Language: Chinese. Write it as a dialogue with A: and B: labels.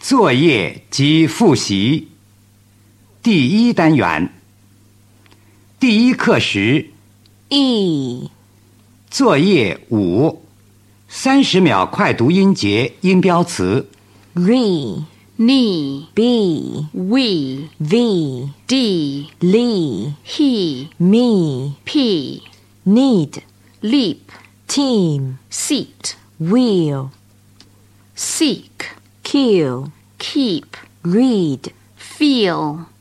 A: 作业及复习。第一单元，第一课时，
B: 一
A: 作业五，三十秒快读音节、音标词。
B: re
C: knee,
B: be
C: we,
B: v
C: d,
B: li
C: he,
B: me
C: p,
B: need
C: leap,
B: team
C: seat,
B: will
C: seek,
B: kill
C: keep,
B: read
C: feel,